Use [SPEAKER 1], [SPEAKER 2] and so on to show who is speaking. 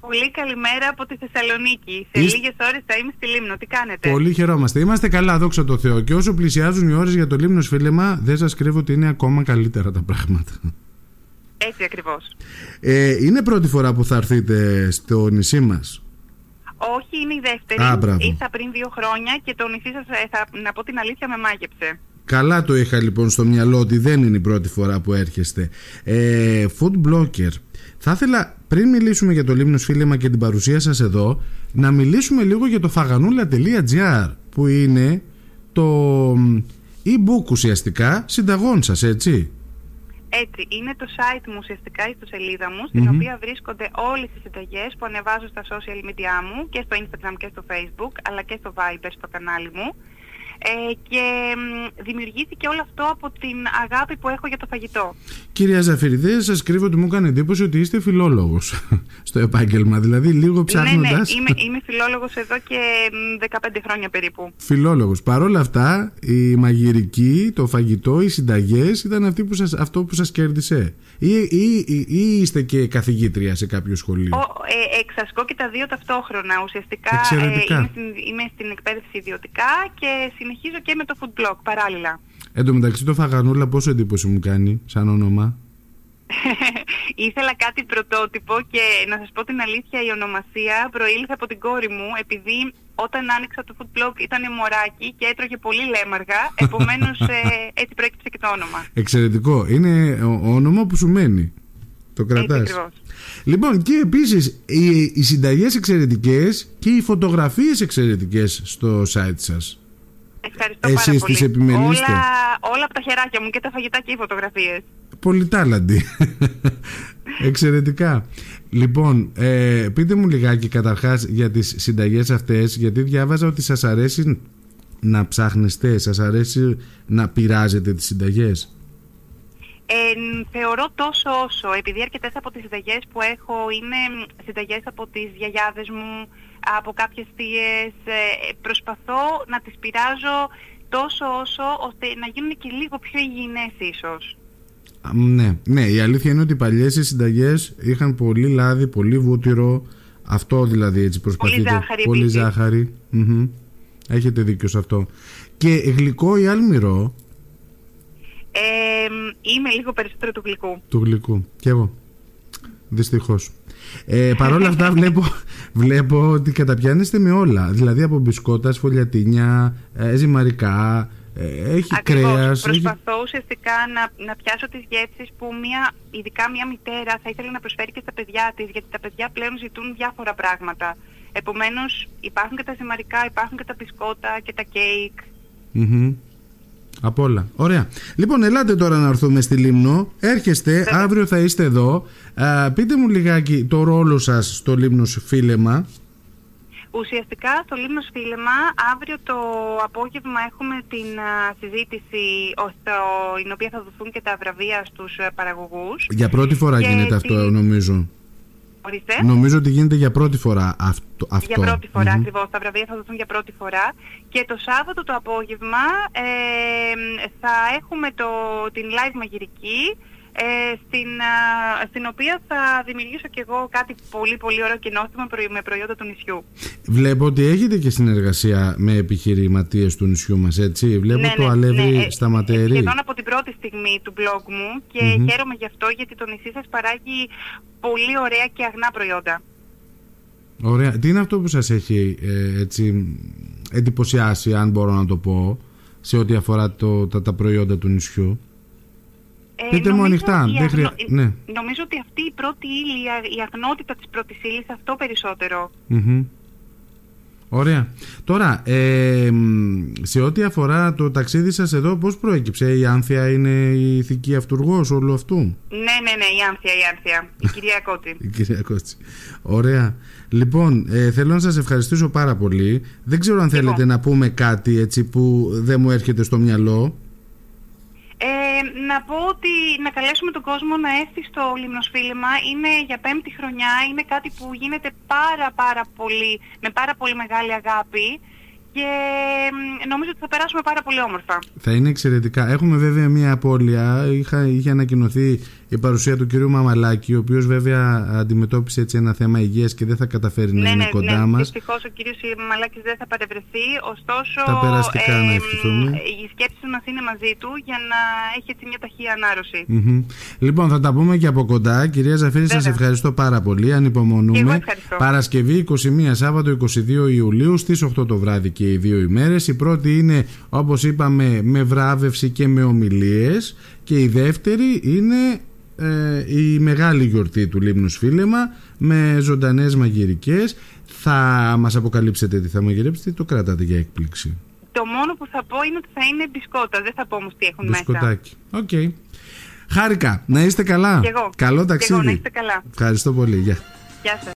[SPEAKER 1] πολύ. Καλημέρα από τη Θεσσαλονίκη. Σε
[SPEAKER 2] Είσ-
[SPEAKER 1] λίγες ώρες θα είμαι στη Λίμνο. Τι κάνετε.
[SPEAKER 2] Πολύ χαιρόμαστε. Είμαστε καλά, δόξα τω Θεώ. Και όσο πλησιάζουν οι ώρες για το λίμνος σφίλεμα, δεν σας κρύβω ότι είναι ακόμα καλύτερα τα πράγματα.
[SPEAKER 1] Έτσι ακριβώς.
[SPEAKER 2] Ε, είναι πρώτη φορά που θα έρθετε στο νησί μας.
[SPEAKER 1] Όχι, είναι η δεύτερη.
[SPEAKER 2] Α, μπράβο.
[SPEAKER 1] Ήρθα πριν δύο χρόνια και το νησί σας, θα, να πω την αλήθεια, με μάγεψε.
[SPEAKER 2] Καλά το είχα λοιπόν στο μυαλό ότι δεν είναι η πρώτη φορά που έρχεστε. Ε, food blogger. Θα ήθελα πριν μιλήσουμε για το Λίμνος Φίλεμα και την παρουσία σας εδώ να μιλήσουμε λίγο για το φαγανούλα.gr που είναι το μ, e-book ουσιαστικά συνταγών σας έτσι.
[SPEAKER 1] Έτσι, είναι το site μου ουσιαστικά, η ιστοσελίδα μου, στην
[SPEAKER 2] Μμμ.
[SPEAKER 1] οποία βρίσκονται όλες τις συνταγές που ανεβάζω στα social media μου και στο Instagram και στο Facebook, αλλά και στο Viber στο κανάλι μου. Ε, και μ, δημιουργήθηκε όλο αυτό από την αγάπη που έχω για το φαγητό.
[SPEAKER 2] Κυρία Ζαφυριδέ, σας κρύβω ότι μου έκανε εντύπωση ότι είστε φιλόλογος στο επάγγελμα. Δηλαδή λίγο ψάχνοντας...
[SPEAKER 1] Ναι, ναι, είμαι, είμαι φιλόλογος εδώ και μ, 15 χρόνια περίπου.
[SPEAKER 2] Φιλόλογος. Παρ' όλα αυτά, η μαγειρική, το φαγητό, οι συνταγές ήταν αυτή που σας, αυτό που σας κέρδισε. Ή, ή, ή, ή είστε και καθηγήτρια σε κάποιο σχολείο.
[SPEAKER 1] Ο, ε, εξασκώ και τα δύο ταυτόχρονα. Ουσιαστικά ε,
[SPEAKER 2] Εξαιρετικά.
[SPEAKER 1] είμαι, στην, είμαι στην εκπαίδευση ιδιωτικά και συνεχίζω και με το food blog παράλληλα.
[SPEAKER 2] Εν τω μεταξύ το φαγανούλα πόσο εντύπωση μου κάνει σαν όνομα.
[SPEAKER 1] Ήθελα κάτι πρωτότυπο και να σας πω την αλήθεια η ονομασία προήλθε από την κόρη μου επειδή όταν άνοιξα το food blog ήταν μωράκι και έτρωγε πολύ λέμαργα επομένως ε, έτσι προέκυψε και το όνομα.
[SPEAKER 2] Εξαιρετικό. Είναι ο- όνομα που σου μένει. Το
[SPEAKER 1] Έτσι
[SPEAKER 2] κρατάς.
[SPEAKER 1] ακριβώς.
[SPEAKER 2] Λοιπόν και επίσης οι, οι συνταγές εξαιρετικές και οι φωτογραφίες εξαιρετικές στο site σας.
[SPEAKER 1] Ευχαριστώ
[SPEAKER 2] Εσείς
[SPEAKER 1] πάρα
[SPEAKER 2] τις
[SPEAKER 1] πολύ.
[SPEAKER 2] επιμελείστε.
[SPEAKER 1] Όλα, όλα από τα χεράκια μου και τα φαγητά και οι φωτογραφίες.
[SPEAKER 2] Πολυτάλαντη. Εξαιρετικά. Λοιπόν, ε, πείτε μου λιγάκι καταρχάς για τις συνταγές αυτές, γιατί διάβαζα ότι σας αρέσει να ψάχνεστε, σας αρέσει να πειράζετε τις συνταγές.
[SPEAKER 1] Ε, ν- θεωρώ τόσο όσο, επειδή αρκετές από τις συνταγές που έχω είναι συνταγές από τις γιαγιάδες μου, από κάποιες θείες. προσπαθώ να τις πειράζω τόσο όσο, ώστε να γίνουν και λίγο πιο υγιεινές ίσως.
[SPEAKER 2] Α, Ναι, ναι, η αλήθεια είναι ότι οι παλιές οι συνταγές είχαν πολύ λάδι, πολύ βούτυρο, αυτό δηλαδή έτσι προσπαθείτε.
[SPEAKER 1] ζάχαρη
[SPEAKER 2] Πολύ
[SPEAKER 1] επίσης.
[SPEAKER 2] ζάχαρη. Μμμ. Έχετε δίκιο σε αυτό. Και γλυκό ή αλμυρό
[SPEAKER 1] Ε, μ, είμαι λίγο περισσότερο του γλυκού.
[SPEAKER 2] του γλυκού. Κι εγώ. Δυστυχώς. Ε, Παρ' όλα αυτά βλέπω, βλέπω ότι καταπιάνεστε με όλα. Δηλαδή από μπισκότα, σφολιατίνια, ε, ζυμαρικά, ε, έχει
[SPEAKER 1] Ακριβώς.
[SPEAKER 2] κρέας. έχει-
[SPEAKER 1] Προσπαθώ ουσιαστικά να, να πιάσω τις γεύσεις που μια, ειδικά μια μητέρα θα ήθελε να προσφέρει και στα παιδιά της, γιατί τα παιδιά πλέον ζητούν διάφορα πράγματα. Επομένως υπάρχουν και τα ζυμαρικά, υπάρχουν και τα μπισκότα και τα κέικ.
[SPEAKER 2] Μμμ. Από όλα. Ωραία. Λοιπόν, ελάτε τώρα να έρθουμε στη Λίμνο. Έρχεστε, αύριο θα είστε εδώ. Α, πείτε μου λιγάκι το ρόλο σας στο Λίμνος Φίλεμα.
[SPEAKER 1] Ουσιαστικά στο Λίμνος Φίλεμα αύριο το απόγευμα έχουμε την α, συζήτηση ώστε ο- στην οποία θα δοθούν και τα βραβεία στους α, παραγωγούς.
[SPEAKER 2] Για πρώτη φορά
[SPEAKER 1] Και
[SPEAKER 2] γίνεται
[SPEAKER 1] τη-
[SPEAKER 2] αυτό, νομίζω.
[SPEAKER 1] Ορίστε.
[SPEAKER 2] Νομίζω ότι γίνεται για πρώτη φορά αυτό.
[SPEAKER 1] Για πρώτη φορά ναι.
[SPEAKER 2] Μμμ.
[SPEAKER 1] ακριβώς. Τα βραβεία θα δοθούν για πρώτη φορά. Και το Σάββατο το απόγευμα ε, θα έχουμε το, την live μαγειρική ε, στην, α, στην οποία θα δημιουργήσω κι εγώ κάτι πολύ πολύ ωραίο και νόστιμο προϊ- με προϊόντα του νησιού.
[SPEAKER 2] Βλέπω ότι έχετε και συνεργασία με επιχειρηματίες του νησιού μας, έτσι. Βλέπω το Αλεύρι
[SPEAKER 1] ε,
[SPEAKER 2] Σταματέρη.
[SPEAKER 1] Σχεδόν από την πρώτη στιγμή του blog μου και
[SPEAKER 2] Μμμ.
[SPEAKER 1] χαίρομαι γι' αυτό γιατί το νησί σας παράγει πολύ ωραία και αγνά προϊόντα.
[SPEAKER 2] Ωραία. Τι είναι αυτό που σας έχει ε, έτσι, εντυπωσιάσει, αν μπορώ να το πω, σε ό,τι αφορά το, τα, τα προϊόντα του νησιού.
[SPEAKER 1] Ε,
[SPEAKER 2] Πείτε μου
[SPEAKER 1] νομίζω
[SPEAKER 2] ανοιχτά,
[SPEAKER 1] ότι η
[SPEAKER 2] δεν χρεια-
[SPEAKER 1] αγνο- ε,
[SPEAKER 2] ναι.
[SPEAKER 1] Νομίζω ότι αυτή η πρώτη ύλη, η α- η αγνότητα της πρώτης ύλης, αυτό περισσότερο.
[SPEAKER 2] Μμμ. Ωραία. Τώρα, ε, μ, σε ό,τι αφορά το ταξίδι σας εδώ, πώς προέκυψε η Άνθια είναι η ηθική αυτούργος όλου αυτού.
[SPEAKER 1] Ναι, ναι, ναι, η Άνθια, η Άνθια, η κυρία Κώτη.
[SPEAKER 2] Η κυρία Κώστη. Ωραία. Λοιπόν, ε, θέλω να σας ευχαριστήσω πάρα πολύ. Δεν ξέρω αν θέλετε να πούμε κάτι έτσι που δεν μου έρχεται στο μυαλό.
[SPEAKER 1] Ε, να πω ότι να καλέσουμε τον κόσμο να έρθει στο Λιμνοσφίλημα είναι για πέμπτη χρονιά, είναι κάτι που γίνεται πάρα πάρα πολύ, με πάρα πολύ μεγάλη αγάπη και μ, νομίζω ότι θα περάσουμε πάρα πολύ όμορφα.
[SPEAKER 2] Θα είναι εξαιρετικά. Έχουμε βέβαια μία απώλεια. Είχα, είχε ανακοινωθεί η παρουσία του κυρίου Μαμαλάκη, ο οποίος βέβαια αντιμετώπισε έτσι ένα θέμα υγείας και δεν θα καταφέρει
[SPEAKER 1] Ναι,
[SPEAKER 2] να είναι κοντά μας.
[SPEAKER 1] Δυστυχώς ο κύριος Μαλάκη δεν θα παρευρεθεί, ωστόσο
[SPEAKER 2] Τα περαστικά να ευχηθούμε.
[SPEAKER 1] οι σκέψει μας είναι μαζί του για να έχει έτσι μια ταχεία ανάρρωση.
[SPEAKER 2] Μμμ. Λοιπόν, θα τα πούμε και από κοντά. Κυρία Ζαφύρη, σας
[SPEAKER 1] Βέβαια.
[SPEAKER 2] ευχαριστώ πάρα πολύ.
[SPEAKER 1] Και εγώ
[SPEAKER 2] Ανυπομονούμε.
[SPEAKER 1] ευχαριστώ.
[SPEAKER 2] Παρασκευή 21 Σάββατο 22 Ιουλίου στις 8 το βράδυ και οι δύο ημέρες. Η πρώτη είναι, όπως είπαμε, με βράβευση και με ομιλίες. Και η δεύτερη είναι ε, η μεγάλη γιορτή του Λίμνους Φίλεμα με ζωντανές μαγειρικές θα μας αποκαλύψετε τι θα μαγειρέψετε ή το κρατάτε για έκπληξη
[SPEAKER 1] Το μόνο που θα πω είναι ότι θα είναι μπισκότα. Δεν θα πω όμως τι έχουν μέσα.
[SPEAKER 2] Μπισκοτάκι. Οκ. Χάρηκα. Να είστε καλά.
[SPEAKER 1] Κι εγώ.
[SPEAKER 2] Καλό
[SPEAKER 1] Κι εγώ,
[SPEAKER 2] ταξίδι.
[SPEAKER 1] να είστε καλά.
[SPEAKER 2] Ευχαριστώ πολύ. Γεια.
[SPEAKER 1] Γεια σας.